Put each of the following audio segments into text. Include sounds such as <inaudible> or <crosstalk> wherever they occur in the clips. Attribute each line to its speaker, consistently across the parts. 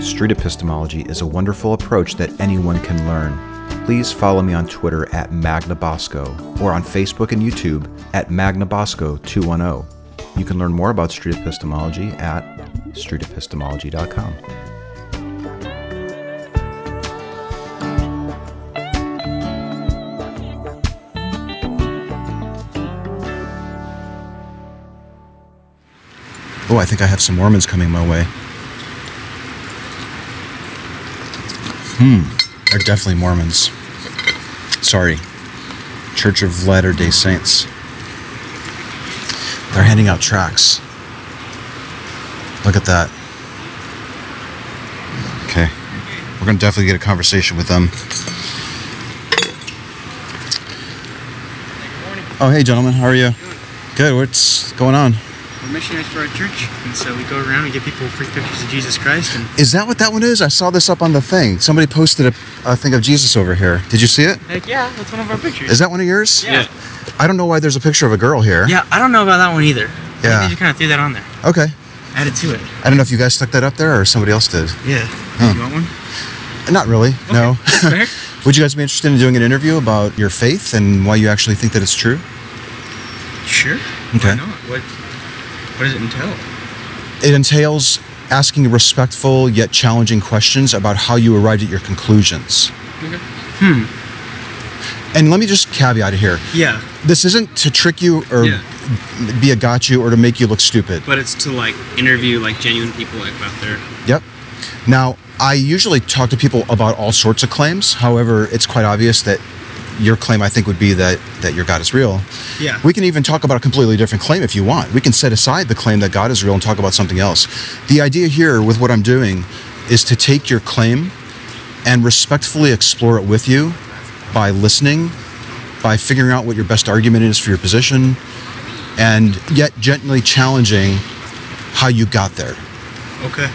Speaker 1: Street epistemology is a wonderful approach that anyone can learn. Please follow me on Twitter at MagnaBosco or on Facebook and YouTube at MagnaBosco210. oh. You can learn more about street epistemology at streetepistemology.com. Oh, I think I have some Mormons coming my way. Hmm, they're definitely Mormons. Sorry, Church of Latter day Saints. They're handing out tracts. Look at that. Okay, we're gonna definitely get a conversation with them. Oh, hey, gentlemen, how are you? Good, what's going on?
Speaker 2: We're missionaries for our church, and so we go around and give people free pictures of Jesus Christ. And
Speaker 1: Is that what that one is? I saw this up on the thing. Somebody posted a, a thing of Jesus over here. Did you see it?
Speaker 2: heck yeah, that's one of our pictures.
Speaker 1: Is that one of yours?
Speaker 2: Yeah.
Speaker 1: I don't know why there's a picture of a girl here.
Speaker 2: yeah, I don't know about that one either. I
Speaker 1: Yeah.
Speaker 2: think you kind of threw that on there.
Speaker 1: Okay.
Speaker 2: Added to it.
Speaker 1: I don't know if you guys stuck that up there or somebody else did.
Speaker 2: Yeah. You want one?
Speaker 1: Not really. No. <laughs>
Speaker 2: Fair.
Speaker 1: Would you guys be interested in doing an interview about your faith and why you actually think that it's true?
Speaker 2: Sure.
Speaker 1: Okay.
Speaker 2: Why not? What? What does it entail?
Speaker 1: It entails asking respectful yet challenging questions about how you arrived at your conclusions. Hmm.
Speaker 2: Hmm.
Speaker 1: And let me just caveat it here.
Speaker 2: Yeah,
Speaker 1: This isn't to trick you or
Speaker 2: Yeah.
Speaker 1: be a got you or to make you look stupid.
Speaker 2: but it's to like interview like genuine people like about their
Speaker 1: Yep. Now, I usually talk to people about all sorts of claims. However, it's quite obvious that your claim, I think, would be that, that your God is real.
Speaker 2: yeah.
Speaker 1: We can even talk about a completely different claim if you want. We can set aside the claim that God is real and talk about something else. The idea here with what I'm doing is to take your claim and respectfully explore it with you by listening, by figuring out what your best argument is for your position, and yet gently challenging how you got there.
Speaker 2: okay.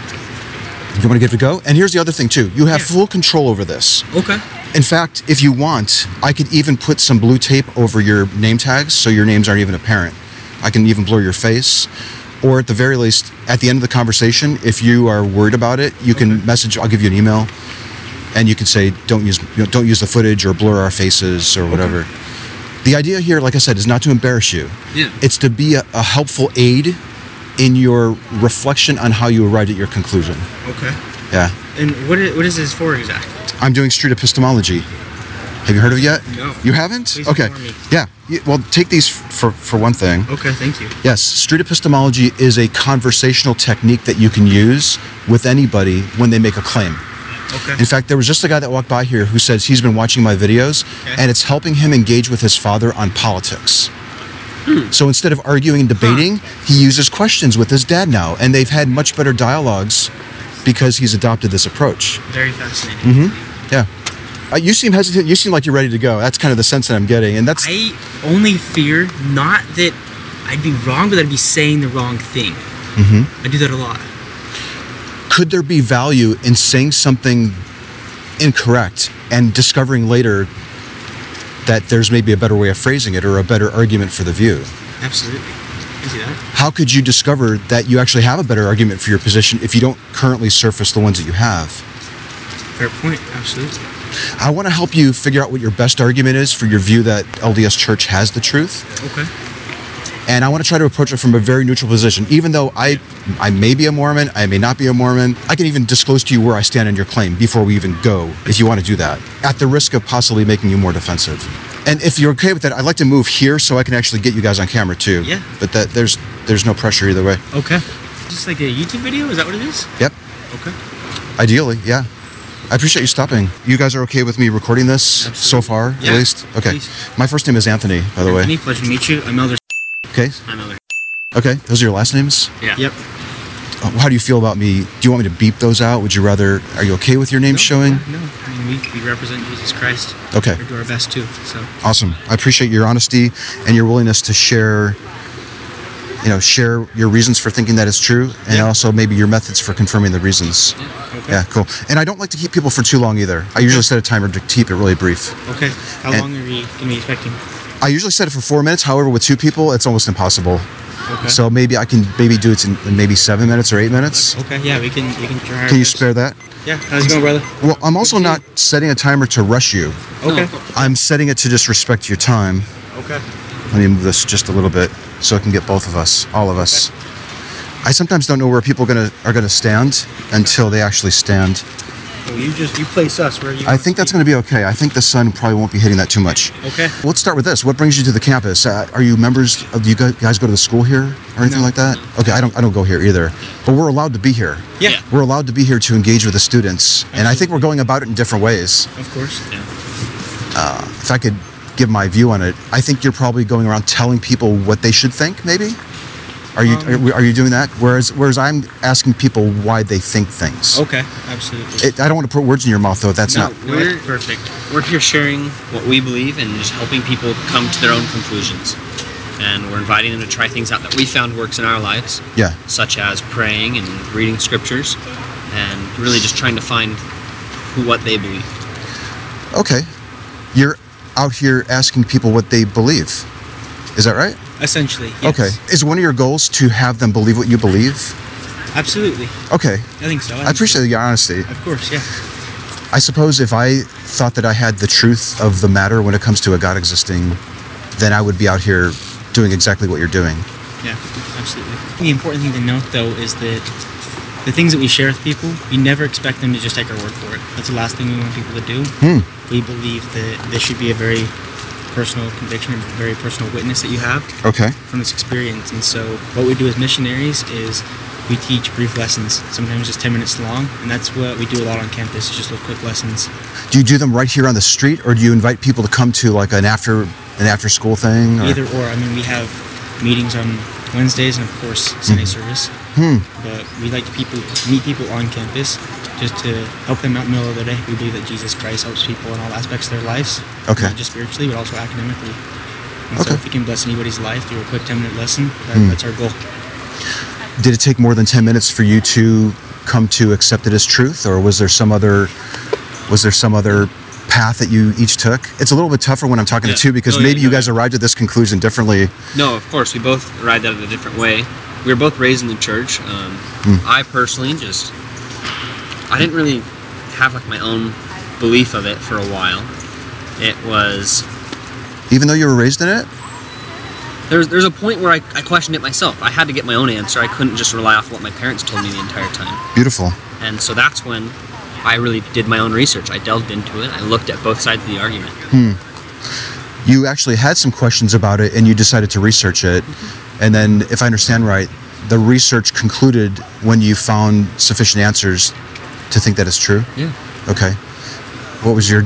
Speaker 1: You want to give it a go? And here's the other thing, too. You have
Speaker 2: Yeah.
Speaker 1: full control over this.
Speaker 2: Okay.
Speaker 1: In fact, if you want, I could even put some blue tape over your name tags so your names aren't even apparent. I can even blur your face. Or at the very least, at the end of the conversation, if you are worried about it, you can message. I'll give you an email, and you can say, "Don't use, you know, don't use the footage or blur our faces or whatever." The idea here, like I said, is not to embarrass you.
Speaker 2: Yeah.
Speaker 1: It's to be a, a helpful aid in your reflection on how you arrived at your conclusion.
Speaker 2: Okay.
Speaker 1: Yeah.
Speaker 2: And what is, what is this for exactly?
Speaker 1: I'm doing street epistemology. Have you heard of it yet?
Speaker 2: No.
Speaker 1: You haven't?
Speaker 2: Please
Speaker 1: okay.
Speaker 2: inform me.
Speaker 1: Yeah. Y- Well, take these f- for for one thing.
Speaker 2: Okay, thank you.
Speaker 1: Yes, street epistemology is a conversational technique that you can use with anybody when they make a claim.
Speaker 2: Okay.
Speaker 1: In fact, there was just a guy that walked by here who says he's been watching my videos
Speaker 2: Okay.
Speaker 1: and it's helping him engage with his father on politics.
Speaker 2: Hmm.
Speaker 1: So instead of arguing and debating, he uses questions with his dad now, and they've had much better dialogues because he's adopted this approach.
Speaker 2: Very fascinating.
Speaker 1: Yeah. Uh, you seem hesitant. You seem like you're ready to go. That's kind of the sense that I'm getting, and that's
Speaker 2: I only fear not that I'd be wrong, but that I'd be saying the wrong thing. Mm-hmm. I do that a lot.
Speaker 1: could there be value in saying something incorrect and discovering later that there's maybe a better way of phrasing it or a better argument for the view?
Speaker 2: Absolutely. I do that.
Speaker 1: How could you discover that you actually have a better argument for your position if you don't currently surface the ones that you have?
Speaker 2: Fair point. Absolutely.
Speaker 1: I want to help you figure out what your best argument is for your view that LDS Church has the truth.
Speaker 2: Okay.
Speaker 1: and I want to try to approach it from a very neutral position. Even though I, I may be a Mormon, I may not be a Mormon. I can even disclose to you where I stand on your claim before we even go, if you want to do that, at the risk of possibly making you more defensive. And if you're okay with that, I'd like to move here so I can actually get you guys on camera too.
Speaker 2: Yeah.
Speaker 1: But that there's there's no pressure either way.
Speaker 2: Okay. Just like a YouTube video? Is that what it is?
Speaker 1: Yep.
Speaker 2: Okay.
Speaker 1: Ideally, yeah. I appreciate you stopping. You guys are okay with me recording this so
Speaker 2: Absolutely.
Speaker 1: far,
Speaker 2: Yeah.
Speaker 1: at least? Okay.
Speaker 2: Please.
Speaker 1: My first name is Anthony, by the way.
Speaker 2: Any pleasure to meet you. I'm Elder.
Speaker 1: Okay.
Speaker 2: I'm Elder.
Speaker 1: Okay. Those are your last names?
Speaker 2: Yeah. Yep.
Speaker 1: Uh, how do you feel about me? Do you want me to beep those out? Would you rather? Are you okay with your name
Speaker 2: No,
Speaker 1: showing?
Speaker 2: No. I mean, we, we represent Jesus Christ.
Speaker 1: Okay.
Speaker 2: We do our best too. So.
Speaker 1: Awesome. I appreciate your honesty and your willingness to share. You know, share your reasons for thinking that is true, and
Speaker 2: Yeah.
Speaker 1: also maybe your methods for confirming the reasons.
Speaker 2: Okay.
Speaker 1: Yeah, cool. And I don't like to keep people for too long either. I usually set a timer to keep it really brief.
Speaker 2: Okay. How
Speaker 1: And-
Speaker 2: long are we going to be expecting?
Speaker 1: I usually set it for four minutes. However, with two people, it's almost impossible.
Speaker 2: Okay.
Speaker 1: So maybe I can maybe do it in, in maybe seven minutes or eight minutes.
Speaker 2: Okay. Yeah, we can we can try. our
Speaker 1: Can you
Speaker 2: best.
Speaker 1: spare that?
Speaker 2: Yeah. How's it going, brother?
Speaker 1: Well, I'm also not setting a timer to rush you.
Speaker 2: Okay.
Speaker 1: I'm setting it to just respect your time.
Speaker 2: Okay.
Speaker 1: Let me move this just a little bit so it can get both of us, all of us. I sometimes don't know where people gonna are gonna stand until they actually stand.
Speaker 2: So you just you place us where you.
Speaker 1: I think that's gonna be okay. I think the sun probably won't be hitting that too much.
Speaker 2: Okay.
Speaker 1: Let's start with this. What brings you to the campus? Uh, are you members? Of, do you gu- guys go to the school here or anything like that? Okay, I don't. I don't go here either. But we're allowed to be here.
Speaker 2: Yeah.
Speaker 1: We're allowed to be here to engage with the students, and I think we're going about it in different ways.
Speaker 2: Of course. Yeah.
Speaker 1: If I could give my view on it, I think you're probably going around telling people what they should think. Maybe. Are you are, we- are you doing that? Whereas whereas I'm asking people why they think things.
Speaker 2: Okay. Absolutely.
Speaker 1: It, I don't want to put words in your mouth though. if That's
Speaker 3: No,
Speaker 1: not.
Speaker 2: No,
Speaker 3: we're
Speaker 2: that's perfect.
Speaker 3: we're here sharing what we believe and just helping people come to their own conclusions. And we're inviting them to try things out that we found works in our lives,
Speaker 1: Yeah.
Speaker 3: such as praying and reading scriptures, and really just trying to find who what they believe.
Speaker 1: Okay. You're out here asking people what they believe. Is that right?
Speaker 2: Essentially. Yes.
Speaker 1: Okay. Is one of your goals to have them believe what you believe?
Speaker 2: Absolutely.
Speaker 1: Okay.
Speaker 2: I think so.
Speaker 1: I appreciate your honesty.
Speaker 2: Of course. Yeah.
Speaker 1: I suppose if I thought that I had the truth of the matter when it comes to a God existing, then I would be out here doing exactly what you're doing.
Speaker 2: Yeah, absolutely. The important thing to note, though, is that the things that we share with people, we never expect them to just take our word for it. That's the last thing we want people to do.
Speaker 1: Hmm.
Speaker 2: We believe that this should be a very personal conviction, a very personal witness that you have
Speaker 1: Okay.
Speaker 2: from this experience. And so, what we do as missionaries is we teach brief lessons, sometimes just 10 minutes long. And that's what we do a lot on campus, is just little quick lessons.
Speaker 1: Do you do them right here on the street, or do you invite people to come to like an after an after school thing? Or?
Speaker 2: Either or, I mean, we have meetings on Wednesdays and, of course, Sunday service.
Speaker 1: Hmm.
Speaker 2: but we like to people meet people on campus just to help them out in the middle of the day. We believe that Jesus Christ helps people in all aspects of their lives,
Speaker 1: Okay.
Speaker 2: not just spiritually but also academically. And so
Speaker 1: Okay.
Speaker 2: if we can bless anybody's life through a quick ten minute lesson, that,
Speaker 1: Hmm.
Speaker 2: that's our goal.
Speaker 1: Did it take more than ten minutes for you to come to accept it as truth, or was there some other was there some other path that you each took? It's a little bit tougher when I'm talking
Speaker 3: Yeah.
Speaker 1: to two because
Speaker 3: Oh, yeah,
Speaker 1: maybe you
Speaker 3: no,
Speaker 1: guys
Speaker 3: yeah.
Speaker 1: arrived at this conclusion differently.
Speaker 3: No, of course, we both arrived at it a different way. We were both raised in the church. Um, I personally just, I didn't really have like my own belief of it for a while. It was
Speaker 1: even though you were raised in it
Speaker 3: There's there's a point where I, I questioned it myself. I had to get my own answer. I couldn't just rely off what my parents told me the entire time.
Speaker 1: beautiful
Speaker 3: And so that's when I really did my own research. I delved into it. I looked at both sides of the argument.
Speaker 1: you actually had some questions about it and you decided to research it and then if i understand right the research concluded when you found sufficient answers to think that it's true
Speaker 3: Yeah.
Speaker 1: okay what was your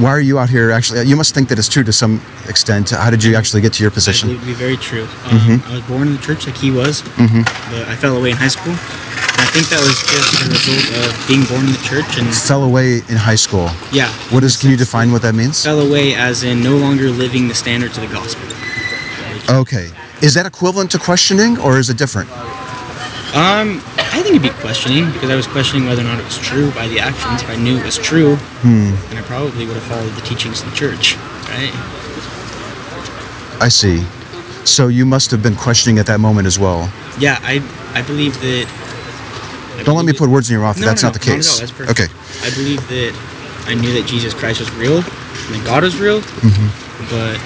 Speaker 1: why are you out here actually you must think that it's true to some extent how did you actually get to your
Speaker 2: I believe
Speaker 1: position
Speaker 2: it to be very true. Um,
Speaker 1: Mhm.
Speaker 2: I was born in the church like he was,
Speaker 1: Mhm.
Speaker 2: but I fell away in high school. And I think that was just a result of being born in the church and
Speaker 1: fell away in high school
Speaker 2: yeah.
Speaker 1: what is can you define what that means
Speaker 2: Fell away as in no longer living the standards of the gospel.
Speaker 1: okay is that equivalent to questioning or is it different
Speaker 2: Um, I think it'd be questioning because I was questioning whether or not it was true by the actions. If I knew it was true,
Speaker 1: hmm
Speaker 2: then I probably would have followed the teachings of the church, right?
Speaker 1: i see so you must have been questioning at that moment as well
Speaker 2: Yeah, I I believe that. I
Speaker 1: Don't let me
Speaker 2: believe
Speaker 1: put
Speaker 2: that-
Speaker 1: words in your mouth. if
Speaker 2: No,
Speaker 1: that's
Speaker 2: no,
Speaker 1: not the
Speaker 2: no, not at all.
Speaker 1: case.
Speaker 2: That's perfect.
Speaker 1: Okay.
Speaker 2: I believe that I knew that Jesus Christ was real and that God is real,
Speaker 1: Mm-hmm.
Speaker 2: but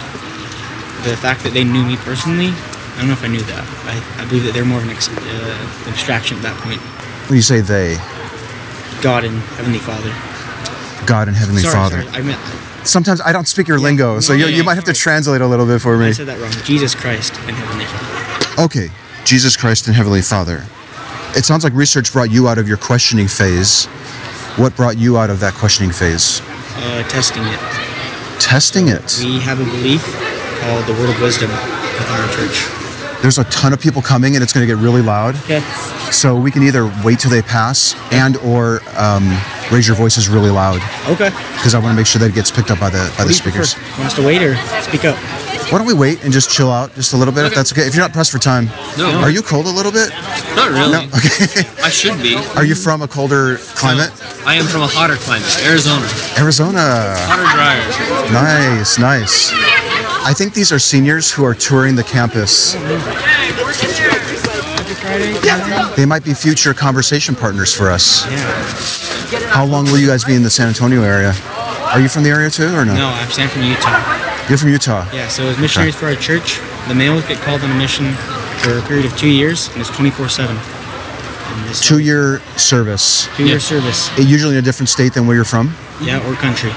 Speaker 2: the fact that they knew me personally, I don't know if I knew that. I, I believe that they're more of an ex- uh, abstraction at that point.
Speaker 1: When you say they,
Speaker 2: God and Heavenly Father.
Speaker 1: God and Heavenly
Speaker 2: sorry,
Speaker 1: Father.
Speaker 2: sorry, I meant
Speaker 1: Sometimes I don't speak your
Speaker 2: Yeah,
Speaker 1: lingo,
Speaker 2: no,
Speaker 1: so you,
Speaker 2: no,
Speaker 1: you might have to
Speaker 2: sorry.
Speaker 1: translate a little bit for
Speaker 2: I
Speaker 1: me.
Speaker 2: said that wrong. Jesus Christ and Heavenly Father.
Speaker 1: Okay. Jesus Christ and Heavenly Father. It sounds like research brought you out of your questioning phase. What brought you out of that questioning phase?
Speaker 2: uh, testing it.
Speaker 1: Testing it.
Speaker 2: We have a belief called the Word of Wisdom within our church.
Speaker 1: There's a ton of people coming, and it's going to get really loud.
Speaker 2: Okay.
Speaker 1: So we can either wait till they pass, and or um, raise your voices really loud,
Speaker 2: Okay.
Speaker 1: because I want to make sure that it gets picked up by the by the speakers.
Speaker 2: Want us to wait or speak up?
Speaker 1: Why don't we wait and just chill out just a little bit if that's okay? If you're not pressed for time.
Speaker 3: No.
Speaker 1: Are you cold a little bit?
Speaker 3: Not really.
Speaker 1: No. Okay. <laughs>
Speaker 3: I should be.
Speaker 1: Are you from a colder climate?
Speaker 3: I am from a hotter climate, Arizona.
Speaker 1: Arizona.
Speaker 3: Hotter, drier.
Speaker 1: Nice, nice. I think these are seniors who are touring the campus.
Speaker 2: Friday?
Speaker 1: They might be future conversation partners for us.
Speaker 2: Yeah.
Speaker 1: How long will you guys be in the San Antonio area? Are you from the area too, or no?
Speaker 2: No, I'm Sam from Utah.
Speaker 1: You're from Utah.
Speaker 2: Yeah, so as missionaries for our church, the males get called on a mission for a period of two years, and it's 24 7.
Speaker 1: Two year service.
Speaker 2: Two year
Speaker 3: Yeah.
Speaker 2: service.
Speaker 1: It usually in a different state than where you're from.
Speaker 2: Yeah, or country,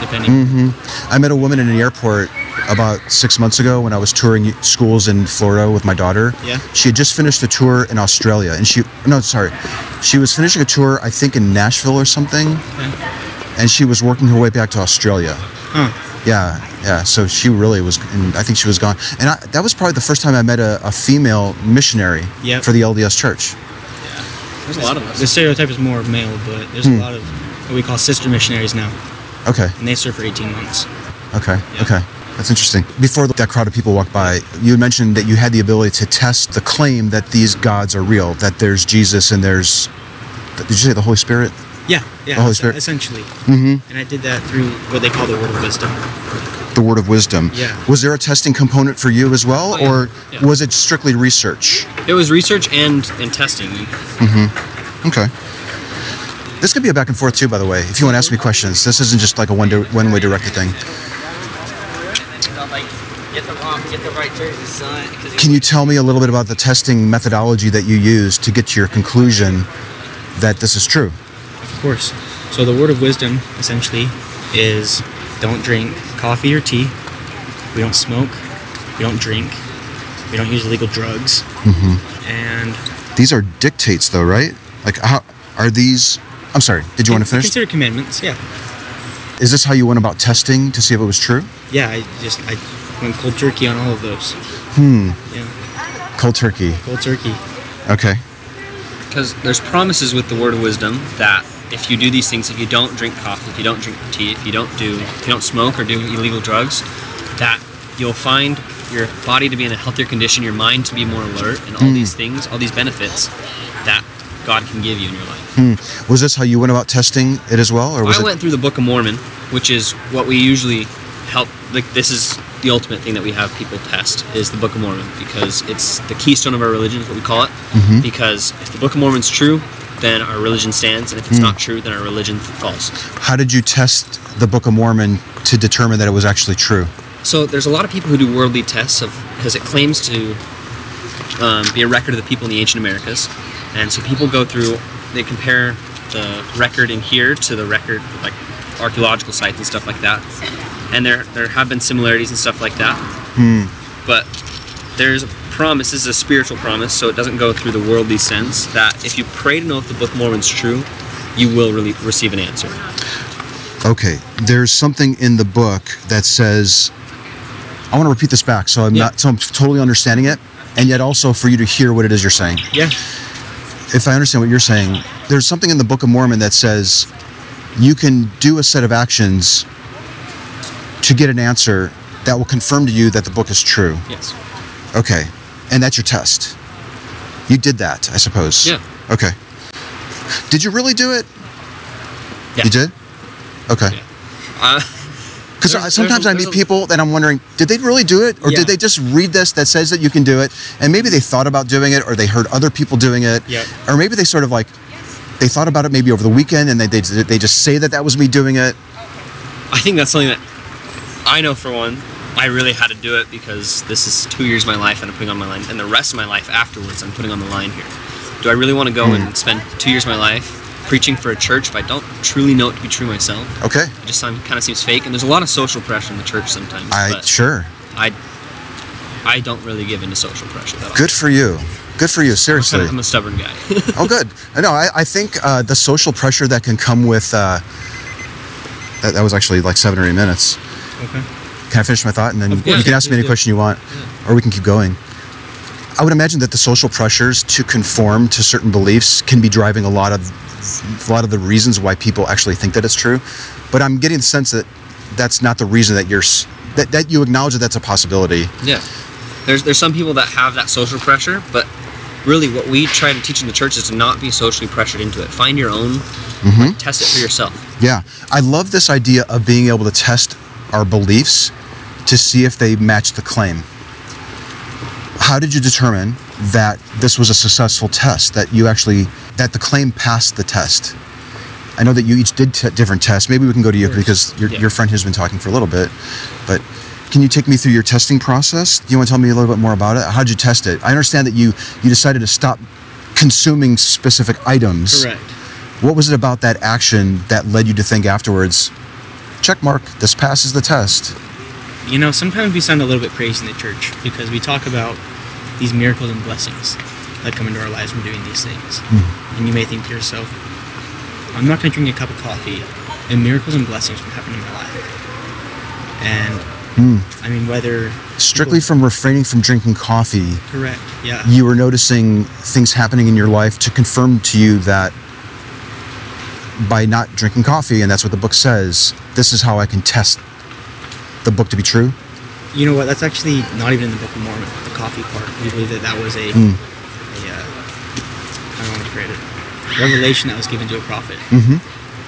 Speaker 2: depending.
Speaker 1: Mm-hmm. I met a woman in an airport about six months ago when I was touring schools in Florida with my daughter.
Speaker 2: Yeah.
Speaker 1: She had just finished a tour in Australia, and she no, sorry, she was finishing a tour I think in Nashville or something, and she was working her way back to Australia.
Speaker 2: Huh.
Speaker 1: Yeah, yeah. So she really was, and I think she was gone. And I, that was probably the first time I met a, a female missionary
Speaker 2: Yep.
Speaker 1: for the LDS Church.
Speaker 3: There's a lot of us.
Speaker 2: The stereotype is more male, but there's
Speaker 1: Hmm.
Speaker 2: a lot of what we call sister missionaries now,
Speaker 1: Okay,
Speaker 2: and they serve for 18 months.
Speaker 1: okay,
Speaker 2: Yeah.
Speaker 1: okay. That's interesting. Before that crowd of people walked by, you had mentioned that you had the ability to test the claim that these gods are real, that there's Jesus and there's. Did you say the Holy Spirit?
Speaker 2: Yeah, yeah.
Speaker 1: The Holy
Speaker 2: es-
Speaker 1: Spirit.
Speaker 2: Essentially.
Speaker 1: Mm-hmm.
Speaker 2: And I did that through what they call the word of wisdom.
Speaker 1: The Word of Wisdom.
Speaker 2: Yeah.
Speaker 1: Was there a testing component for you as well,
Speaker 3: Oh, yeah.
Speaker 1: or
Speaker 3: Yeah.
Speaker 1: was it strictly research?
Speaker 3: It was research and and testing.
Speaker 1: Okay. This could be a back and forth too, by the way. If you want to ask me questions, this isn't just like a one di- one way directed thing.
Speaker 4: Get the wrong, get the right jersey, son. Cause
Speaker 1: Can you tell me a little bit about the testing methodology that you used to get to your conclusion that this is true?
Speaker 2: Of course. So the word of wisdom essentially is don't drink coffee or tea. We don't smoke. We don't drink. We don't use illegal drugs.
Speaker 1: Mm-hmm.
Speaker 2: And
Speaker 1: These are dictates, though, right? Like, how are these? I'm sorry. Did you want to finish?
Speaker 2: Consider commandments. Yeah.
Speaker 1: Is this how you went about testing to see if it was true?
Speaker 2: Yeah. I just I went cold turkey on all of those. Hmm. Yeah.
Speaker 1: Cold turkey.
Speaker 2: Cold turkey.
Speaker 1: Okay.
Speaker 3: Because there's promises with the word of wisdom that if you do these things, if you don't drink coffee, if you don't drink tea, if you don't do, if you don't smoke or do illegal drugs, that you'll find your body to be in a healthier condition, your mind to be more alert, and all these things, all these benefits that God can give you in your life.
Speaker 1: Was this how you went about testing it as well, or was
Speaker 3: I
Speaker 1: it?
Speaker 3: went through the Book of Mormon, which is what we usually help. Like this is the ultimate thing that we have people test is the Book of Mormon because it's the keystone of our religion, is what we call it.
Speaker 1: Mm-hmm.
Speaker 3: Because if the Book of Mormon's true, then our religion stands, and if it's
Speaker 1: Hmm.
Speaker 3: not true, then our religion falls.
Speaker 1: How did you test the Book of Mormon to determine that it was actually true?
Speaker 3: So there's a lot of people who do worldly tests of because it claims to um, be a record of the people in the ancient Americas, and so people go through they compare the record in here to the record like archaeological sites and stuff like that, and there there have been similarities and stuff like that. But there's a promise. This is a spiritual promise, so it doesn't go through the worldly sense. That if you pray to know if the Book of Mormon's true, you will really receive an answer.
Speaker 1: Okay, there's something in the book that says, I want to repeat this back so I'm
Speaker 3: Yeah.
Speaker 1: not, so I'm totally understanding it, and yet also for you to hear what it is you're saying.
Speaker 2: Yeah.
Speaker 1: If I understand what you're saying, there's something in the Book of Mormon that says you can do a set of actions to get an answer that will confirm to you that the book is true.
Speaker 3: Yes.
Speaker 1: Okay, and that's your test. You did that, I suppose.
Speaker 3: Yeah.
Speaker 1: Okay. Did you really do it?
Speaker 3: Yeah.
Speaker 1: You did? Okay.
Speaker 3: Yeah. Uh, There's-
Speaker 1: Because
Speaker 3: there's
Speaker 1: sometimes
Speaker 3: a-
Speaker 1: I
Speaker 3: there's
Speaker 1: meet
Speaker 3: a-
Speaker 1: people that I'm wondering, did they really do it? Or
Speaker 2: Yeah.
Speaker 1: did they just read this that says that you can do it? And maybe they thought about doing it or they heard other people doing it.
Speaker 2: Yep.
Speaker 1: Or maybe they sort of like, they thought about it maybe over the weekend and they, they, they just say that that was me doing it.
Speaker 3: I think that's something that I know for one. I really had to do it because this is two years of my life and I'm putting on my line, and the rest of my life afterwards I'm putting on the line here. Do I really want to go
Speaker 1: Hmm.
Speaker 3: and spend two years of my life preaching for a church if I don't truly know it to be true myself?
Speaker 1: Okay.
Speaker 3: It just kind of seems fake, and there's a lot of social pressure in the church sometimes.
Speaker 1: I,
Speaker 3: but
Speaker 1: sure.
Speaker 3: I, I don't really give into social pressure that
Speaker 1: Good for you. Good for you. Seriously.
Speaker 3: <laughs> I'm a stubborn guy.
Speaker 1: oh, good. I know. I, I think uh, the social pressure that can come with uh, that, that was actually like seven or eight minutes.
Speaker 2: Okay.
Speaker 1: Can I finish my thought and then
Speaker 2: Of course,
Speaker 1: you can
Speaker 2: yeah,
Speaker 1: ask me
Speaker 2: please
Speaker 1: any
Speaker 2: do.
Speaker 1: question you want, or we can keep going. I would imagine that the social pressures to conform to certain beliefs can be driving a lot of a lot of the reasons why people actually think that it's true. But I'm getting the sense that that's not the reason that you're s- that, that you acknowledge that that's a possibility.
Speaker 3: Yeah. There's there's some people that have that social pressure, but really what we try to teach in the church is to not be socially pressured into it. Find your own, like, test it for yourself.
Speaker 1: Yeah, I love this idea of being able to test our beliefs to see if they matched the claim. How did you determine that this was a successful test, that you actually, that the claim passed the test? I know that you each did t- different tests. Maybe we can go to you
Speaker 2: Of course.
Speaker 1: because your,
Speaker 3: Yeah.
Speaker 1: your friend has been talking for a little bit. But can you take me through your testing process? Do you want to tell me a little bit more about it? How did you test it? I understand that you you decided to stop consuming specific items.
Speaker 2: Correct.
Speaker 1: What was it about that action that led you to think afterwards? Check mark. This passes the test.
Speaker 2: You know, sometimes we sound a little bit crazy in the church because we talk about these miracles and blessings that come into our lives from doing these things.
Speaker 1: Mm-hmm.
Speaker 2: And you may think to yourself, I'm not going to drink a cup of coffee, and miracles and blessings will happen in my life. And
Speaker 1: Hmm.
Speaker 2: I mean, whether
Speaker 1: Strictly from refraining from drinking coffee,
Speaker 2: correct, yeah,
Speaker 1: you were noticing things happening in your life to confirm to you that by not drinking coffee, and that's what the book says, this is how I can test the book to be true.
Speaker 2: you know what? That's actually not even in the Book of Mormon. The coffee part, we believe that that was a,
Speaker 1: Mm.
Speaker 2: a uh, I don't want to create it, revelation that was given to a prophet
Speaker 1: Mm-hmm.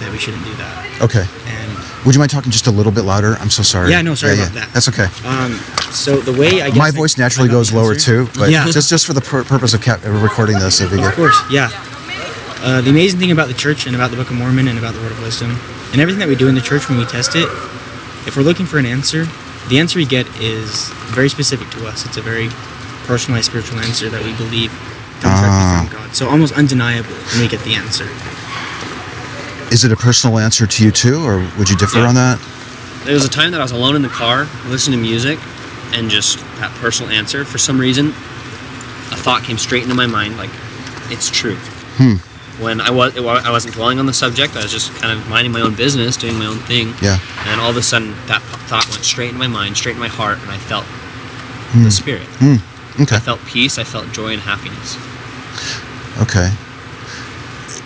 Speaker 2: that we shouldn't do that.
Speaker 1: Okay.
Speaker 2: And
Speaker 1: Would you mind talking just a little bit louder? I'm so sorry.
Speaker 2: Yeah, no, sorry about that.
Speaker 1: That's okay.
Speaker 2: Um, so the way I guess
Speaker 1: My
Speaker 2: I-
Speaker 1: voice
Speaker 2: I
Speaker 1: naturally
Speaker 2: got the
Speaker 1: goes lower
Speaker 2: answer-
Speaker 1: too, but
Speaker 2: yeah,
Speaker 1: just just for the pur- purpose of cap- recording this, if you
Speaker 2: of
Speaker 1: get
Speaker 2: course, yeah. Uh, the amazing thing about the church and about the Book of Mormon and about the Word of Wisdom and everything that we do in the church when we test it, if we're looking for an answer, the answer we get is very specific to us. It's a very personalized spiritual answer that we believe comes
Speaker 1: Ah.
Speaker 2: directly from God. So almost undeniable when we get the answer.
Speaker 1: Is it a personal answer to you too, or would you differ
Speaker 3: Yeah.
Speaker 1: on that?
Speaker 3: There was a time that I was alone in the car, listening to music, and just that personal answer. For some reason, a thought came straight into my mind, like, "It's true." When I was, I wasn't dwelling on the subject. I was just kind of minding my own business, doing my own thing.
Speaker 1: Yeah.
Speaker 3: And then all of a sudden, that thought went straight into my mind, straight into my heart, and I felt the Spirit.
Speaker 1: Okay.
Speaker 3: I felt peace. I felt joy and happiness.
Speaker 1: Okay.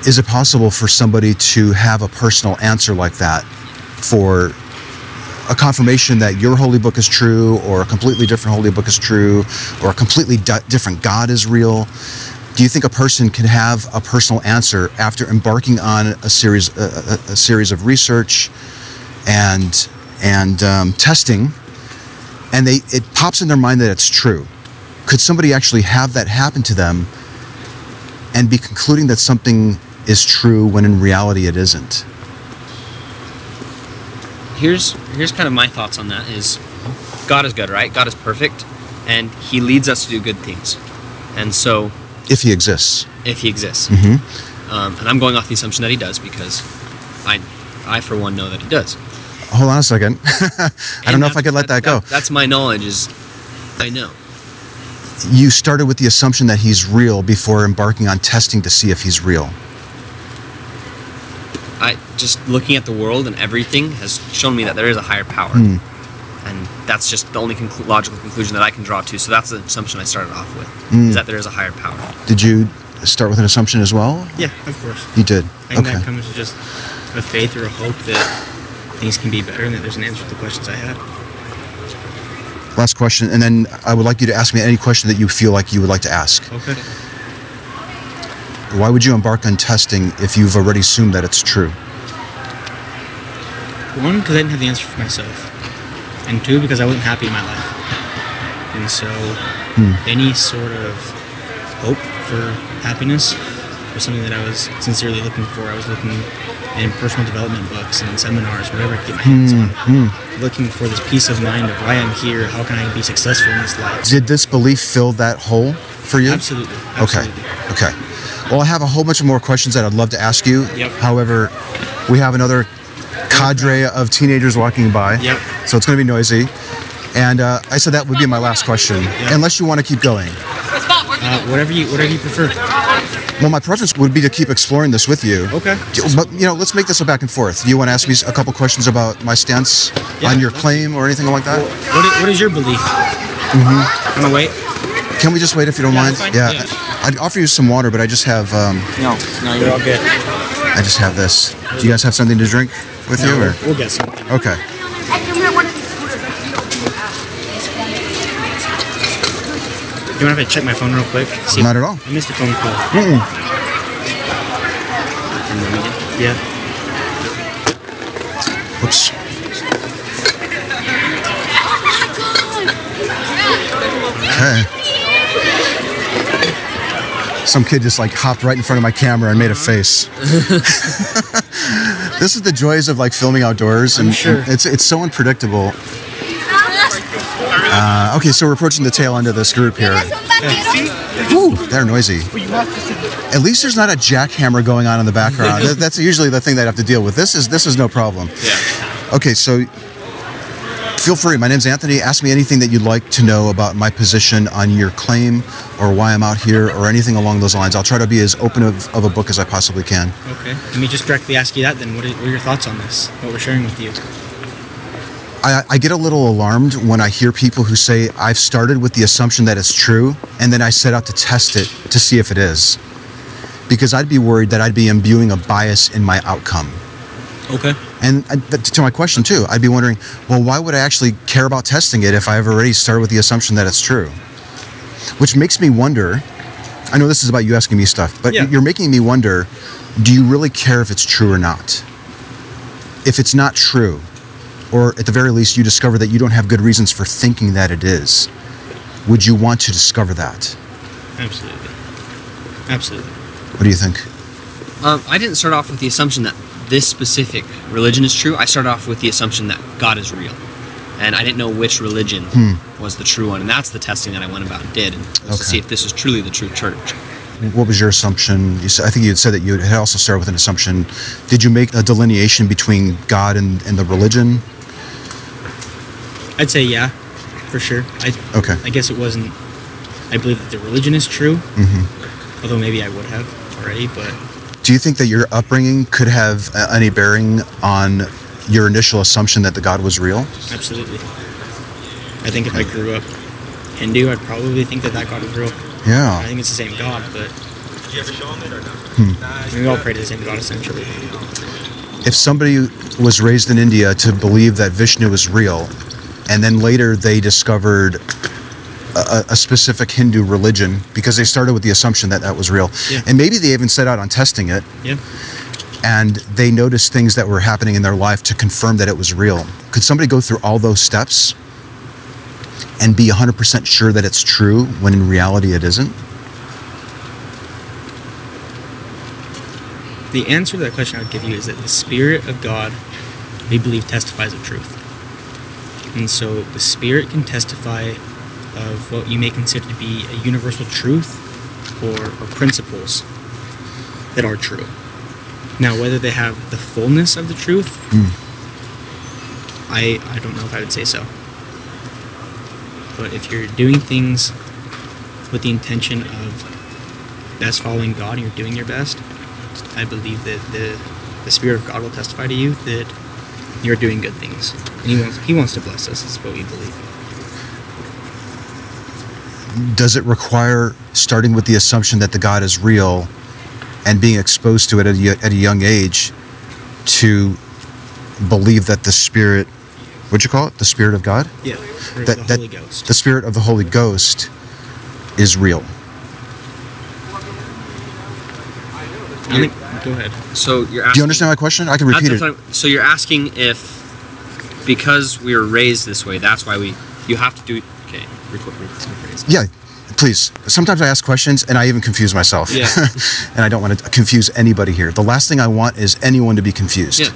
Speaker 1: Is it possible for somebody to have a personal answer like that for a confirmation that your holy book is true, or a completely different holy book is true, or a completely di- different God is real? Do you think a person can have a personal answer after embarking on a series a, a, a series of research and and um, testing, and they it pops in their mind that it's true? Could somebody actually have that happen to them? and be concluding that something is true when in reality it isn't.
Speaker 3: here's here's kind of my thoughts on that is God is good, right? God is perfect and he leads us to do good things. And so
Speaker 1: If he exists.
Speaker 3: if he exists.
Speaker 1: Mhm.
Speaker 3: Um, and I'm going off the assumption that he does because I I for one know that he does.
Speaker 1: Hold on a second. <laughs> I don't
Speaker 3: And
Speaker 1: know if I
Speaker 3: that's-
Speaker 1: could let that, go.
Speaker 3: That's my knowledge is I know.
Speaker 1: You started with the assumption that he's real before embarking on testing to see if he's real.
Speaker 3: I just looking at the world and everything has shown me that there is a higher power.
Speaker 1: Hmm.
Speaker 3: And that's just the only conclu- logical conclusion that I can draw to. So that's the assumption I started off with
Speaker 1: Hmm.
Speaker 3: is that there is a higher power.
Speaker 1: Did you start with an assumption as well?
Speaker 2: Yeah, of course.
Speaker 1: You did.
Speaker 2: I think
Speaker 1: Okay.
Speaker 2: that comes with just a faith or a hope that things can be better and that there's an answer to the questions I had.
Speaker 1: Last question, and then I would like you to ask me any question that you feel like you would like to ask.
Speaker 2: Okay.
Speaker 1: Why would you embark on testing if you've already assumed that it's true?
Speaker 2: One, because I didn't have the answer for myself. And two, because I wasn't happy in my life. And so,
Speaker 1: Hmm.
Speaker 2: any sort of hope for happiness was something that I was sincerely looking for. I was looking in personal development books and seminars, whatever I could get my hands
Speaker 1: Hmm,
Speaker 2: on. Looking for this peace of mind of why I'm here, how can I be successful in this life?
Speaker 1: Did this belief fill that hole for you?
Speaker 2: Absolutely.
Speaker 1: Okay.
Speaker 2: Absolutely.
Speaker 1: Okay. Well, I have a whole bunch of more questions that I'd love to ask you.
Speaker 2: Yep.
Speaker 1: However, we have another cadre of teenagers walking by.
Speaker 2: Yep.
Speaker 1: So it's going to be noisy. And uh, I said that would be my last question, unless you want to keep going.
Speaker 2: Uh, whatever you whatever you prefer.
Speaker 1: Well, my preference would be to keep exploring this with you.
Speaker 2: Okay.
Speaker 1: Do- But you know, let's make this a back and forth. Do you want to ask me a couple questions about my stance
Speaker 2: Yeah.
Speaker 1: on your claim or anything like that?
Speaker 2: What is, what is your belief? Mm-hmm. I'm gonna wait.
Speaker 1: Can we just wait if you don't
Speaker 2: Yeah,
Speaker 1: mind?
Speaker 2: that's fine. Yeah.
Speaker 1: I'd offer you some water, but I just have um,
Speaker 2: No, no, you're all good.
Speaker 1: I just have this. Do you guys have something to drink with you? Or?
Speaker 2: We'll get some.
Speaker 1: Okay.
Speaker 2: You mind if I check my phone real quick? See if-
Speaker 1: Not at all.
Speaker 2: I missed a phone call.
Speaker 1: Mm-mm.
Speaker 2: Yeah.
Speaker 1: Whoops. Okay. Some kid just like hopped right in front of my camera and made
Speaker 2: <laughs>
Speaker 1: a face. this is the joys of like filming outdoors, and,
Speaker 2: I'm sure.
Speaker 1: and it's it's so unpredictable. Uh, okay, so we're approaching the tail end of this group here.
Speaker 5: ¿Tienes un vaquero?
Speaker 1: Ooh, they're noisy. At least there's not a jackhammer going on in
Speaker 2: <laughs>
Speaker 1: the background. That- That's usually the thing that I have to deal with. This is this is no problem.
Speaker 3: Yeah.
Speaker 1: Okay, so feel free. My name's Anthony. Ask me anything that you'd like to know about my position on your claim or why I'm out here or anything along those lines. I'll try to be as open of, of a book as I possibly can.
Speaker 2: Okay. Let me just directly ask you that then. What are, what are your thoughts on this? What we're sharing with you?
Speaker 1: I, I get a little alarmed when I hear people who say, I've started with the assumption that it's true, and then I set out to test it to see if it is. Because I'd be worried that I'd be imbuing a bias in my outcome.
Speaker 2: Okay.
Speaker 1: And uh, th- to my question, too, I'd be wondering, well, why would I actually care about testing it if I've already started with the assumption that it's true? Which makes me wonder I know this is about you asking me stuff, but
Speaker 2: Yeah.
Speaker 1: you're making me wonder do you really care if it's true or not? If it's not true, or at the very least, you discover that you don't have good reasons for thinking that it is, would you want to discover that?
Speaker 2: Absolutely. Absolutely.
Speaker 1: What do you think?
Speaker 3: Um, I didn't start off with the assumption that this specific religion is true. I started off with the assumption that God is real, and I didn't know which religion was the true one. And that's the testing that I went about and did, and was
Speaker 1: Hmm. Okay.
Speaker 3: to see if this is truly the true church.
Speaker 1: What was your assumption? You said, I think you had said that you had also started with an assumption. Did you make a delineation between God and, and the religion?
Speaker 2: I'd say yeah, for sure. I,
Speaker 1: Okay.
Speaker 2: I guess it wasn't. I believe that the religion is true,
Speaker 1: hmm
Speaker 2: although maybe I would have already, but
Speaker 1: Do you think that your upbringing could have uh, any bearing on your initial assumption that the God was real?
Speaker 2: absolutely. I think if I grew up Hindu, I'd probably think that that God is real. I
Speaker 1: Yeah.
Speaker 2: think it's the same God, but
Speaker 1: Oh. Hmm.
Speaker 2: we all pray to the same God essentially.
Speaker 1: If somebody was raised in India to believe that Vishnu was real, and then later they discovered a, a- a specific Hindu religion because they started with the assumption that that was real,
Speaker 2: Yeah.
Speaker 1: and maybe they even set out on testing it,
Speaker 2: Yeah.
Speaker 1: and they noticed things that were happening in their life to confirm that it was real. Could somebody go through all those steps and be 100% sure that it's true when in reality it isn't?
Speaker 2: The answer to that question I would give you is that the Spirit of God, we believe, testifies of truth. And so the Spirit can testify of what you may consider to be a universal truth or, or principles that are true. Now, whether they have the fullness of the truth,
Speaker 1: Hmm.
Speaker 2: I, I don't know if I would say so. But if you're doing things with the intention of best following God and you're doing your best, I believe that the the Spirit of God will testify to you that you're doing good things. And he wants He wants to bless us. Is what we believe.
Speaker 1: Does it require starting with the assumption that the God is real and being exposed to it at a, y- at a young age to believe that the Spirit, what'd you call it? The Spirit of God?
Speaker 2: Yeah,
Speaker 1: That-
Speaker 2: the
Speaker 1: that-
Speaker 2: Holy Ghost.
Speaker 1: The Spirit of the Holy Ghost is real.
Speaker 2: I think, go ahead.
Speaker 3: So you're asking,
Speaker 1: Do you understand my question? I can repeat
Speaker 3: That's
Speaker 1: it.
Speaker 3: what I'm- so you're asking if because we were raised this way, that's why we you have to do. Okay, record, rephrase.
Speaker 1: Yeah, please. Sometimes I ask questions and I even confuse myself.
Speaker 3: Yeah.
Speaker 1: <laughs> and I don't want to confuse anybody here. The last thing I want is anyone to be confused.
Speaker 3: Yeah.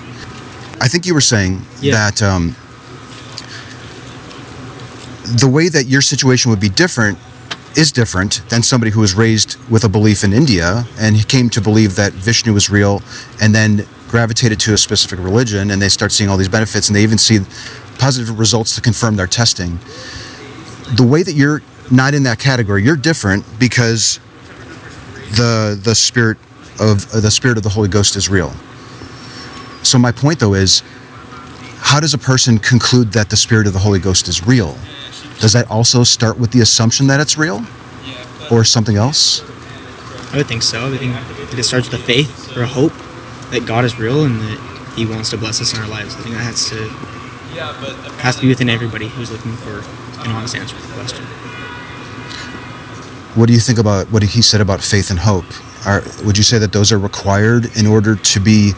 Speaker 1: I think you were saying
Speaker 2: Yeah.
Speaker 1: that um, the way that your situation would be different is different than somebody who was raised with a belief in India and he came to believe that Vishnu was real and then gravitated to a specific religion and they start seeing all these benefits and they even see positive results to confirm their testing. The way that you're not in that category, you're different because the the spirit of the spirit of the Holy Ghost is real. So my point though is how does a person conclude that the spirit of the Holy Ghost is real? Does that also start with the assumption that it's real or something else?
Speaker 2: I would think so. I think that it starts with a faith or a hope that God is real and that He wants to bless us in our lives. I think that has to has to be within everybody who's looking for an honest answer to the question.
Speaker 1: What do you think about what he said about faith and hope? Are, would you say that those are required in order to be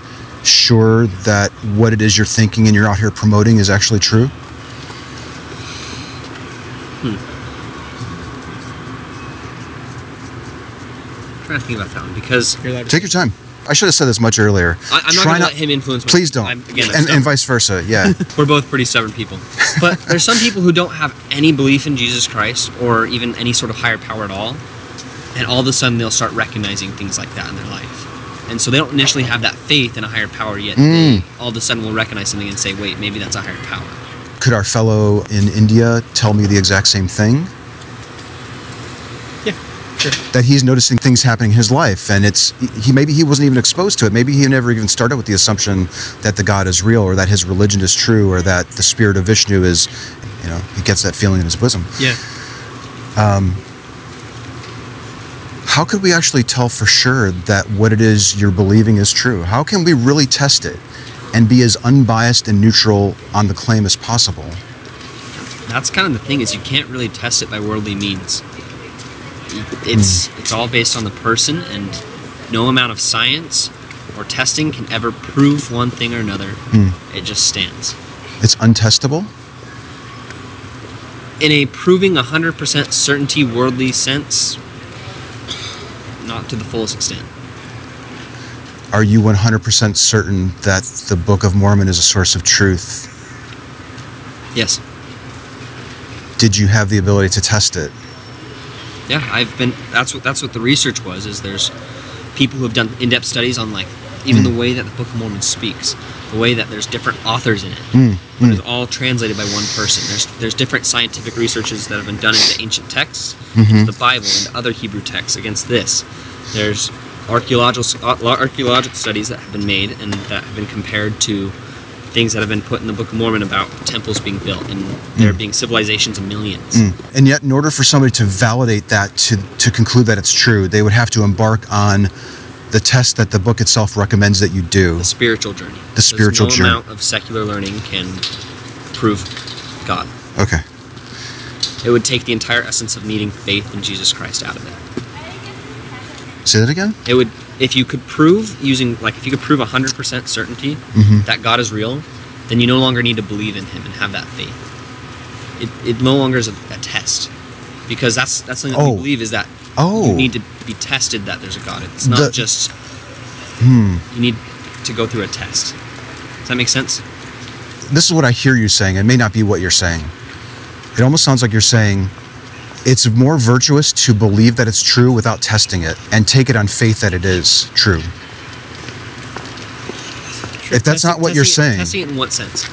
Speaker 1: sure that what it is you're thinking and you're out here promoting is actually true?
Speaker 3: trying to think about that one because
Speaker 2: You're allowed to
Speaker 1: Take your time. I should have said this much earlier.
Speaker 3: I, I'm not
Speaker 1: Try
Speaker 3: going to let him influence me.
Speaker 1: Please don't.
Speaker 3: I'm, again,
Speaker 1: and,
Speaker 3: I'm stubborn.
Speaker 1: and vice versa. Yeah.
Speaker 3: We're both pretty stubborn people. But there's some people who don't have any belief in Jesus Christ or even any sort of higher power at all. And all of a sudden they'll start recognizing things like that in their life. And so they don't initially have that faith in a higher power yet.
Speaker 1: Mm.
Speaker 3: They all of a sudden will recognize something and say, wait, maybe that's a higher power.
Speaker 1: Could our fellow in India tell me the exact same thing?
Speaker 2: Yeah, sure.
Speaker 1: That he's noticing things happening in his life, and it's he maybe he wasn't even exposed to it. Maybe he never even started with the assumption that the God is real, or that his religion is true, or that the spirit of Vishnu is, you know, he gets that feeling in his bosom.
Speaker 2: Yeah.
Speaker 1: How could we actually tell for sure that what it is you're believing is true? How can we really test it and be as unbiased and neutral on the claim as possible?
Speaker 3: That's kind of the thing is you can't really test it by worldly means. It's it's all based on the person and no amount of science or testing can ever prove one thing or another. It just stands.
Speaker 1: It's untestable.
Speaker 3: in a proving 100% certainty worldly sense, not to the fullest extent.
Speaker 1: Are you 100% certain that the Book of Mormon is a source of truth?
Speaker 3: Yes.
Speaker 1: Did you have the ability to test it?
Speaker 3: Yeah, I've been that's what that's what the research was is there's people who have done in-depth studies on like even the way that the Book of Mormon speaks, the way that there's different authors in it. But it's all translated by one person. There's there's different scientific researches that have been done into ancient texts, into the Bible, into other Hebrew texts against this. There's archaeological archaeological studies that have been made and that have been compared to things that have been put in the Book of Mormon about temples being built and there being civilizations of millions.
Speaker 1: And yet, in order for somebody to validate that, to, to conclude that it's true, they would have to embark on the test that the book itself recommends that you do.
Speaker 3: the spiritual journey.
Speaker 1: The spiritual
Speaker 3: There's no
Speaker 1: journey.
Speaker 3: amount of secular learning can prove God.
Speaker 1: Okay.
Speaker 3: It would take the entire essence of needing faith in Jesus Christ out of it.
Speaker 1: Say that again?
Speaker 3: It would, if you could prove using, like, if you could prove 100% certainty
Speaker 1: Mm-hmm.
Speaker 3: that God is real, then you no longer need to believe in Him and have that faith. It, it no longer is a, a test, because that's that's something that
Speaker 1: Oh.
Speaker 3: we believe is that
Speaker 1: Oh.
Speaker 3: you need to be tested that there's a God. It's not
Speaker 1: The- Hmm.
Speaker 3: just you need to go through a test. Does that make sense?
Speaker 1: this is what I hear you saying. It may not be what you're saying. It almost sounds like you're saying it's more virtuous to believe that it's true without testing it and take it on faith that it is true. If that's
Speaker 3: Testing-
Speaker 1: not what you're
Speaker 3: testing
Speaker 1: saying,
Speaker 3: it- Testing it in what sense?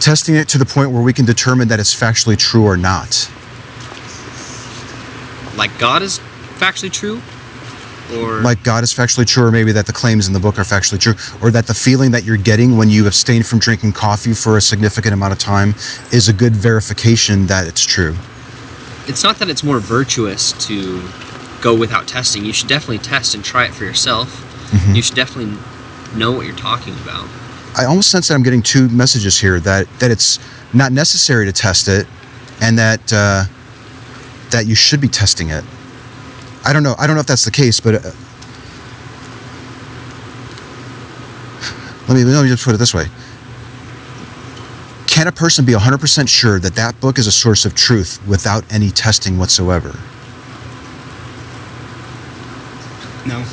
Speaker 1: testing it to the point where we can determine that it's factually true or not.
Speaker 3: Like God is factually true, or
Speaker 1: Like God is factually true, or maybe that the claims in the book are factually true, or that the feeling that you're getting when you abstain from drinking coffee for a significant amount of time is a good verification that it's true.
Speaker 3: it's not that it's more virtuous to go without testing. You should definitely test and try it for yourself.
Speaker 1: Mm-hmm.
Speaker 3: You should definitely know what you're talking about.
Speaker 1: I almost sense that I'm getting two messages here that that it's not necessary to test it, and that uh, that you should be testing it. I don't know. I don't know if that's the case, but uh, let me let me just put it this way: Can a person be 100% sure that that book is a source of truth without any testing whatsoever?
Speaker 2: No.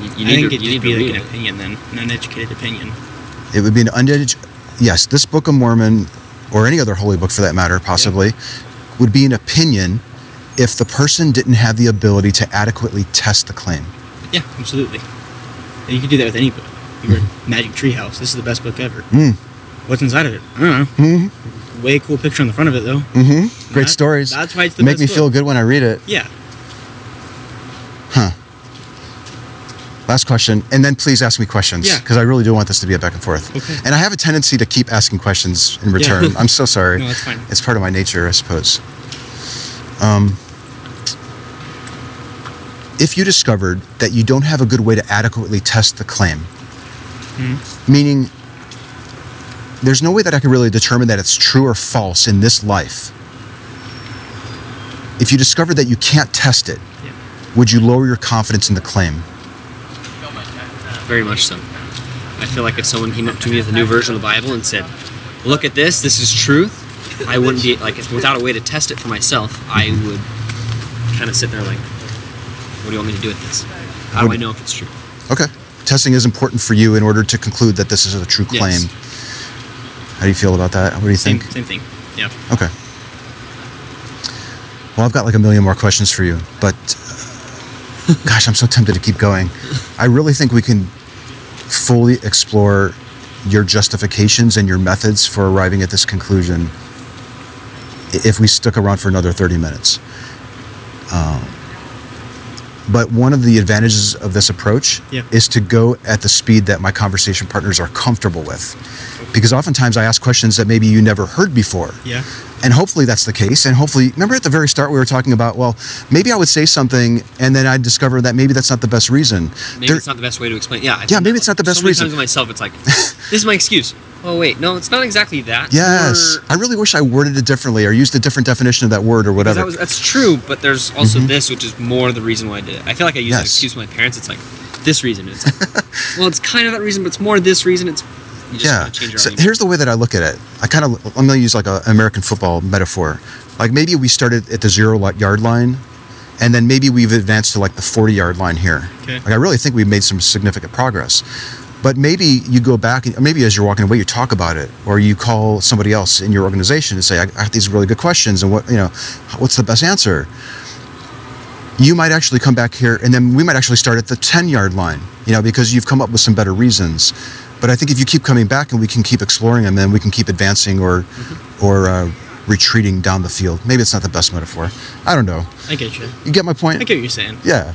Speaker 3: You, you
Speaker 2: You
Speaker 3: need
Speaker 2: I think
Speaker 3: to,
Speaker 2: it'd
Speaker 3: you need
Speaker 2: just
Speaker 3: to
Speaker 2: be
Speaker 3: read
Speaker 2: like an
Speaker 3: it.
Speaker 2: opinion then, an uneducated opinion.
Speaker 1: It would be an uneducated. Yes, this Book of Mormon, or any other holy book for that matter, possibly, would be an opinion if the person didn't have the ability to adequately test the claim.
Speaker 2: Yeah, absolutely. And you can do that with any book. You read Magic Treehouse. This is the best book ever.
Speaker 1: Mm-hmm. Mm.
Speaker 2: What's inside of it? I don't know. Way cool picture on the front of it though.
Speaker 1: Mm-hmm. Great
Speaker 2: That-
Speaker 1: stories.
Speaker 2: That's why it's the
Speaker 1: Make
Speaker 2: best
Speaker 1: me
Speaker 2: book.
Speaker 1: feel good when I read it.
Speaker 2: Yeah.
Speaker 1: Huh. Last question, and then please ask me questions.
Speaker 2: Yeah.
Speaker 1: Because I really do want this to be a back and forth.
Speaker 2: Okay.
Speaker 1: And I have a tendency to keep asking questions in return. I'm so sorry.
Speaker 2: <laughs> No, that's fine.
Speaker 1: It's part of my nature, I suppose. Um, if you discovered that you don't have a good way to adequately test the claim,
Speaker 2: Hmm.
Speaker 1: meaning there's no way that I can really determine that it's true or false in this life. If you discover that you can't test it,
Speaker 2: Yeah.
Speaker 1: would you lower your confidence in the claim?
Speaker 3: Very much so. I feel like if someone came up to me with a new version of the Bible and said, "Look at this. This is truth," I wouldn't be like if without a way to test it for myself. I would kind of sit there like, What do you want me to do with this? How do
Speaker 1: What-
Speaker 3: I know if it's true?
Speaker 1: Okay. Testing is important for you in order to conclude that this is a true
Speaker 3: Yes.
Speaker 1: claim. How do you feel about that? What do you
Speaker 2: Same,
Speaker 1: think?
Speaker 2: same thing. Yeah.
Speaker 1: Okay. Well, I've got like a million more questions for you, but uh, gosh, I'm so tempted to keep going. I really think we can fully explore your justifications and your methods for arriving at this conclusion i- if we stuck around for another 30 minutes. Um, but one of the advantages of this approach
Speaker 2: Yeah.
Speaker 1: is to go at the speed that my conversation partners are comfortable with. Because oftentimes I ask questions that maybe you never heard before.
Speaker 2: Yeah.
Speaker 1: And hopefully that's the case. And hopefully, remember at the very start we were talking about, well, maybe I would say something and then I'd discover that maybe that's not the best reason.
Speaker 3: Maybe
Speaker 1: There-
Speaker 3: it's not the best way to explain. Yeah. I
Speaker 1: Yeah,
Speaker 3: think
Speaker 1: maybe it's not the best
Speaker 3: so many
Speaker 1: reason.
Speaker 3: Times with myself, it's like, this is my excuse. Oh wait, no, it's not exactly that. It's
Speaker 1: yes.
Speaker 3: more-
Speaker 1: I really wish I worded it differently or used a different definition of that word or
Speaker 3: because
Speaker 1: whatever.
Speaker 3: that was, that's true, but there's also
Speaker 1: Mhm.
Speaker 3: this, which is more the reason why I did it. I feel like I use
Speaker 1: Yes.
Speaker 3: an excuse to my parents. It's like this reason. It's
Speaker 1: <laughs>
Speaker 3: like, well, it's kind of that reason, but it's more this reason. It's you just
Speaker 1: yeah.
Speaker 3: kinda change your
Speaker 1: So
Speaker 3: argument.
Speaker 1: here's the way that I look at it. I kind of, I'm going to use like a- an American football metaphor. Like maybe we started at the zero li- yard line and then maybe we've advanced to like the 40 yard line here.
Speaker 2: Okay.
Speaker 1: Like I really think we've made some significant progress. But maybe you go back, and maybe as you're walking away, you talk about it, or you call somebody else in your organization and say, "I, I got these really good questions, and what you know, what's the best answer?" You might actually come back here, and then we might actually start at the 10 yard line, you know, because you've come up with some better reasons. But I think if you keep coming back, and we can keep exploring them, then we can keep advancing or, or uh, retreating down the field. Maybe it's not the best metaphor. I don't know.
Speaker 2: I get you.
Speaker 1: You get my point?
Speaker 2: I get what you're saying.
Speaker 1: Yeah.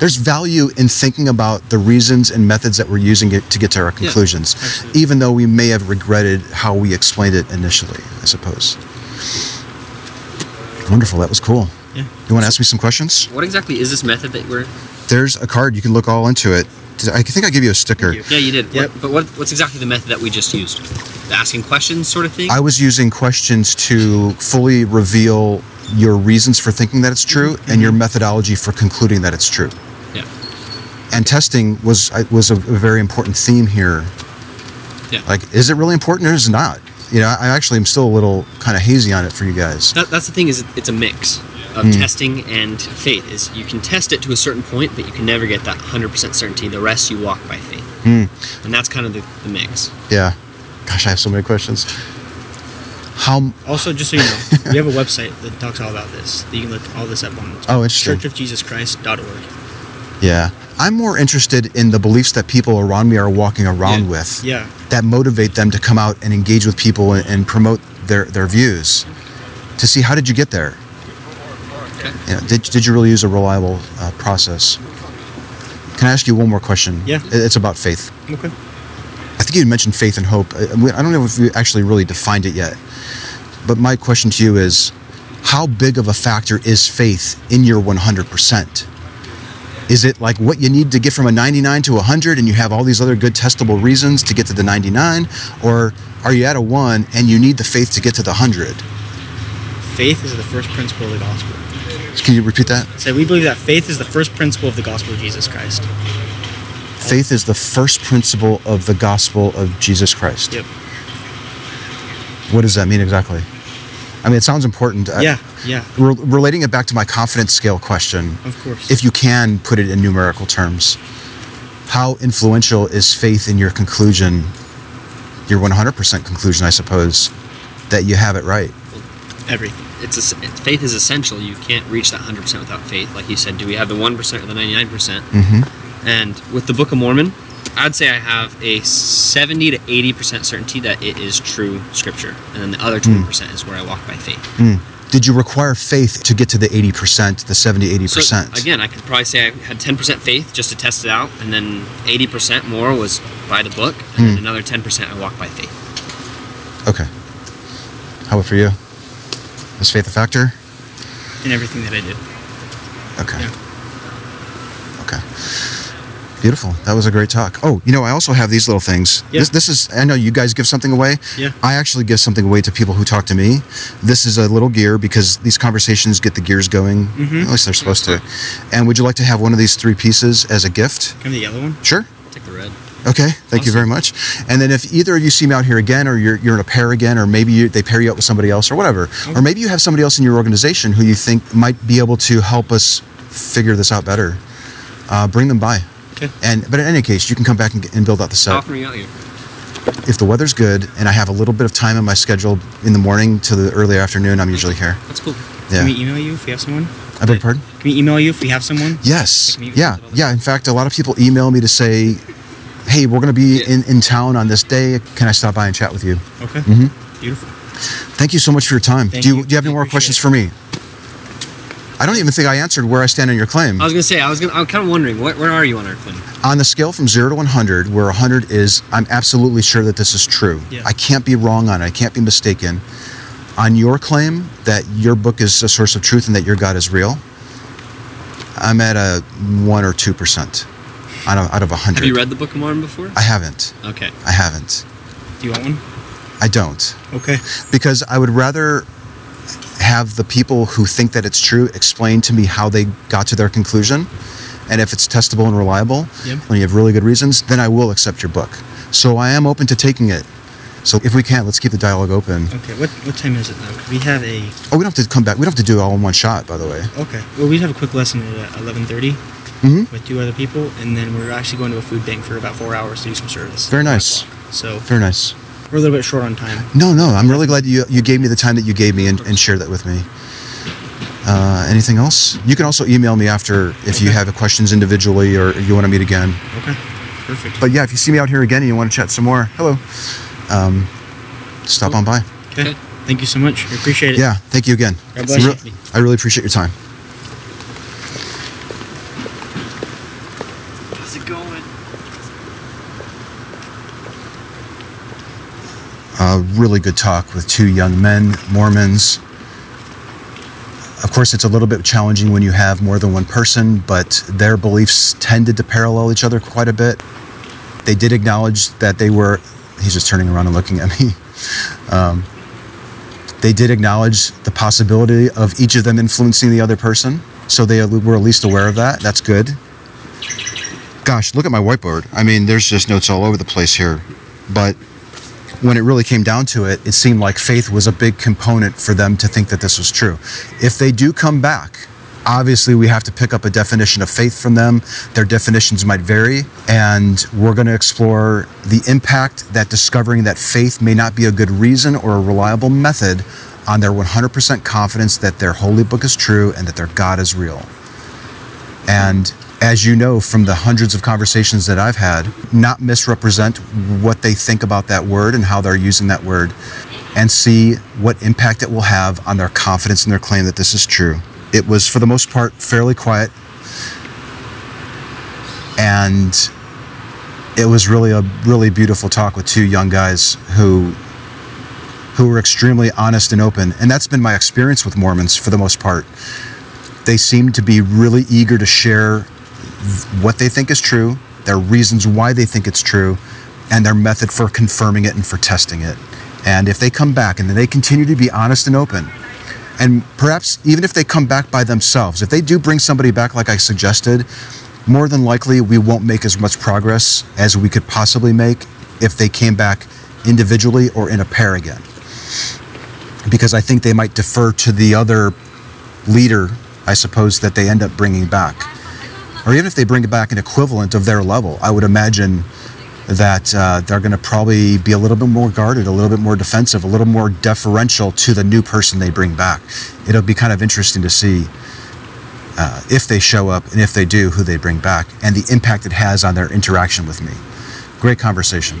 Speaker 1: There's value in thinking about the reasons and methods that we're using it to get to our conclusions,
Speaker 2: absolutely.
Speaker 1: even though we may have regretted how we explained it initially, I suppose. Wonderful. That was cool.
Speaker 2: Yeah.
Speaker 1: You want to ask me some questions?
Speaker 3: what exactly is this method that we're?
Speaker 1: There's a card. You can look all into it. Did- I think I gave you a sticker.
Speaker 2: you.
Speaker 3: Yeah, you did. What-
Speaker 2: Yep.
Speaker 3: but what, what's exactly the method that we just used? The asking questions sort of thing.
Speaker 1: I was using questions to fully reveal your reasons for thinking that it's true and your methodology for concluding that it's true.
Speaker 3: yeah.
Speaker 1: and testing was I- was a, a very important theme here.
Speaker 3: Yeah.
Speaker 1: Like, is it really important or is it not? You know, I I actually am still a little kind of hazy on it for you guys.
Speaker 3: That, that's the thing is it- it's a mix of
Speaker 1: Mm.
Speaker 3: testing and faith. Is you can test it to a certain point, but you can never get that hundred percent certainty. The rest you walk by faith,
Speaker 1: Hmm.
Speaker 3: and that's kind of the, the mix.
Speaker 1: yeah. Gosh, I have so many questions. How?
Speaker 2: Also, just so you
Speaker 1: <laughs>
Speaker 2: know, we have a website that talks all about this. That you can look all this up on. It's
Speaker 1: Oh, interesting.
Speaker 2: Churchofjesuschrist.org.
Speaker 1: Yeah. I'm more interested in the beliefs that people around me are walking around
Speaker 3: Yeah.
Speaker 1: with
Speaker 2: Yeah.
Speaker 1: that motivate them to come out and engage with people and, and promote their, their views to see how did you get there? You know, did, did you really use a reliable uh, process? Can I ask you one more question?
Speaker 2: Yeah.
Speaker 1: It- It's about faith.
Speaker 2: Okay.
Speaker 1: I think you mentioned faith and hope. I we- I don't know if you actually really defined it yet, but my question to you is how big of a factor is faith in your 100%? Is it like what you need to get from a 99 to 100 and you have all these other good testable reasons to get to the 99? Or are you at a 1 and you need the faith to get to the 100?
Speaker 2: Faith is the first principle of the gospel.
Speaker 1: Can you repeat that?
Speaker 2: So we believe that faith is the first principle of the gospel of Jesus Christ.
Speaker 1: Faith is the first principle of the gospel of Jesus Christ.
Speaker 2: Yep.
Speaker 1: What does that mean exactly? I mean, it sounds important. I-
Speaker 2: yeah. Yeah.
Speaker 1: Re- relating it back to my confidence scale question,
Speaker 2: Of course.
Speaker 1: if you can put it in numerical terms, how influential is faith in your conclusion, your 100% conclusion, I suppose, that you have it right?
Speaker 2: everything.
Speaker 3: It's a, faith is essential. You can't reach that hundred percent without faith. Like you said, do we have the one percent or the ninety nine percent?
Speaker 1: Mm-hmm.
Speaker 3: And with the Book of Mormon, I'd say I have a 70 to 80% certainty that it is true scripture. And then the
Speaker 1: Mm.
Speaker 3: other 20% is where I walk by faith.
Speaker 1: Did you require faith to get to the 80%, the 70, 80%?
Speaker 3: So again, I could probably say I had 10% faith just to test it out. And then 80% more was by the book. And then
Speaker 1: Hmm.
Speaker 3: another 10% I walk by faith.
Speaker 1: Okay. How about for you? Is faith a factor?
Speaker 2: In everything that I did.
Speaker 1: Okay. Okay. Beautiful. That was a great talk. Oh, you know, I also have these little things.
Speaker 2: Yeah.
Speaker 1: This, this is, I know you guys give something away.
Speaker 2: Yeah.
Speaker 1: I actually give something away to people who talk to me. This is a little gear because these conversations get the gears going.
Speaker 2: Mhm.
Speaker 1: At least they're supposed to. And would you like to have one of these three pieces as a gift?
Speaker 2: Kind of the yellow one.
Speaker 1: Sure.
Speaker 3: Take the red.
Speaker 1: Okay, thank you very much. And then if either of you see me out here again, or you're, you're in a pair again, or maybe you, they pair you up with somebody else, or whatever, or maybe you have somebody else in your organization who you think might be able to help us figure this out better, uh, bring them by.
Speaker 2: Okay.
Speaker 1: And but in any case, you can come back and, get- and build out the
Speaker 3: How
Speaker 1: set
Speaker 3: often are you out here?
Speaker 1: if the weather's good and I have a little bit of time in my schedule in the morning to the early afternoon. I'm usually here.
Speaker 3: That's cool.
Speaker 1: Yeah.
Speaker 2: Can we email you if we have someone?
Speaker 1: I beg your pardon.
Speaker 2: Can we email you if we have someone?
Speaker 1: Yes.
Speaker 2: Like meet with
Speaker 1: Yeah.
Speaker 2: other-
Speaker 1: Yeah. In fact, a lot of people email me to say, "Hey, we're going to be
Speaker 3: Yeah.
Speaker 1: in, in town on this day. Can I stop by and chat with you?"
Speaker 2: Okay.
Speaker 1: hmm
Speaker 2: Beautiful.
Speaker 1: Thank you so much for your time.
Speaker 2: Thank
Speaker 1: do you,
Speaker 2: you.
Speaker 1: do you have any
Speaker 2: I
Speaker 1: more
Speaker 2: appreciate
Speaker 1: questions
Speaker 2: it.
Speaker 1: for me? I don't even think I answered where I stand on your claim.
Speaker 2: Uh,
Speaker 3: I was gonna say I was gonna. I'm kind of wondering what, where are you on our claim?
Speaker 1: on the scale from 0 to 100 where 100 is i'm absolutely sure that this is true
Speaker 2: Yeah.
Speaker 1: i can't be wrong on it i can't be mistaken on your claim that your book is a source of truth and that your god is real i'm at a 1 or 2% out of, out of 100
Speaker 3: Have you read the Book of Mormon before?
Speaker 1: i haven't
Speaker 3: Okay.
Speaker 1: i haven't
Speaker 2: Do you want one?
Speaker 1: i don't
Speaker 2: Okay.
Speaker 1: because i would rather have the people who think that it's true explain to me how they got to their conclusion and if it's testable and reliable
Speaker 2: Yep.
Speaker 1: and you have really good reasons, then I will accept your book. So I am open to taking it. So if we can, let's keep the dialogue open.
Speaker 2: Okay. What what time is it now? 'Cause we have a
Speaker 1: Oh, we don't have to come back. We don't have to do it all in one shot, by the way.
Speaker 2: okay. Well, we have a quick lesson at uh, eleven thirty
Speaker 1: hmm
Speaker 2: with two other people, and then we're actually going to a food bank for about four hours to do some service.
Speaker 1: Very
Speaker 2: at one
Speaker 1: nice.
Speaker 2: o'clock. So
Speaker 1: Very nice.
Speaker 2: we're a little bit short on time.
Speaker 1: No, no, I'm really glad you you gave me the time that you gave me and, and shared that with me. Uh, anything else? You can also email me after if you
Speaker 2: Okay.
Speaker 1: have questions individually or you want to meet again.
Speaker 2: Okay. Perfect.
Speaker 1: But yeah, if you see me out here again and you want to chat some more, hello. Um, stop on by.
Speaker 2: okay. Thank you so much. We appreciate it.
Speaker 1: Yeah, thank you again.
Speaker 2: God bless you.
Speaker 1: Re- I really appreciate your time.
Speaker 4: How's it going?
Speaker 1: a really good talk with two young men, Mormons. Of course, it's a little bit challenging when you have more than one person, but their beliefs tended to parallel each other quite a bit. They did acknowledge that they were, he's just turning around and looking at me. <laughs> Um, they did acknowledge the possibility of each of them influencing the other person. So they were at least aware of that. That's good. Gosh, look at my whiteboard. I mean, there's just notes all over the place here. But when it really came down to it, it seemed like faith was a big component for them to think that this was true. If they do come back, obviously we have to pick up a definition of faith from them. Their definitions might vary, and we're going to explore the impact that discovering that faith may not be a good reason or a reliable method on their 100% confidence that their holy book is true and that their God is real. And as you know from the hundreds of conversations that I've had, not misrepresent what they think about that word and how they're using that word and see what impact it will have on their confidence in their claim that this is true. It was, for the most part, fairly quiet. And it was really a really beautiful talk with two young guys who who were extremely honest and open. And that's been my experience with Mormons for the most part they seem to be really eager to share what they think is true, their reasons why they think it's true, and their method for confirming it and for testing it. And if they come back and they continue to be honest and open, and perhaps even if they come back by themselves, if they do bring somebody back like I suggested, more than likely we won't make as much progress as we could possibly make if they came back individually or in a pair again. Because I think they might defer to the other leader, I suppose, that they end up bringing back. Or even if they bring back an equivalent of their level, I would imagine that uh, they're going to probably be a little bit more guarded, a little bit more defensive, a little more deferential to the new person they bring back. It'll be kind of interesting to see uh, if they show up and if they do, who they bring back and the impact it has on their interaction with me. Great conversation.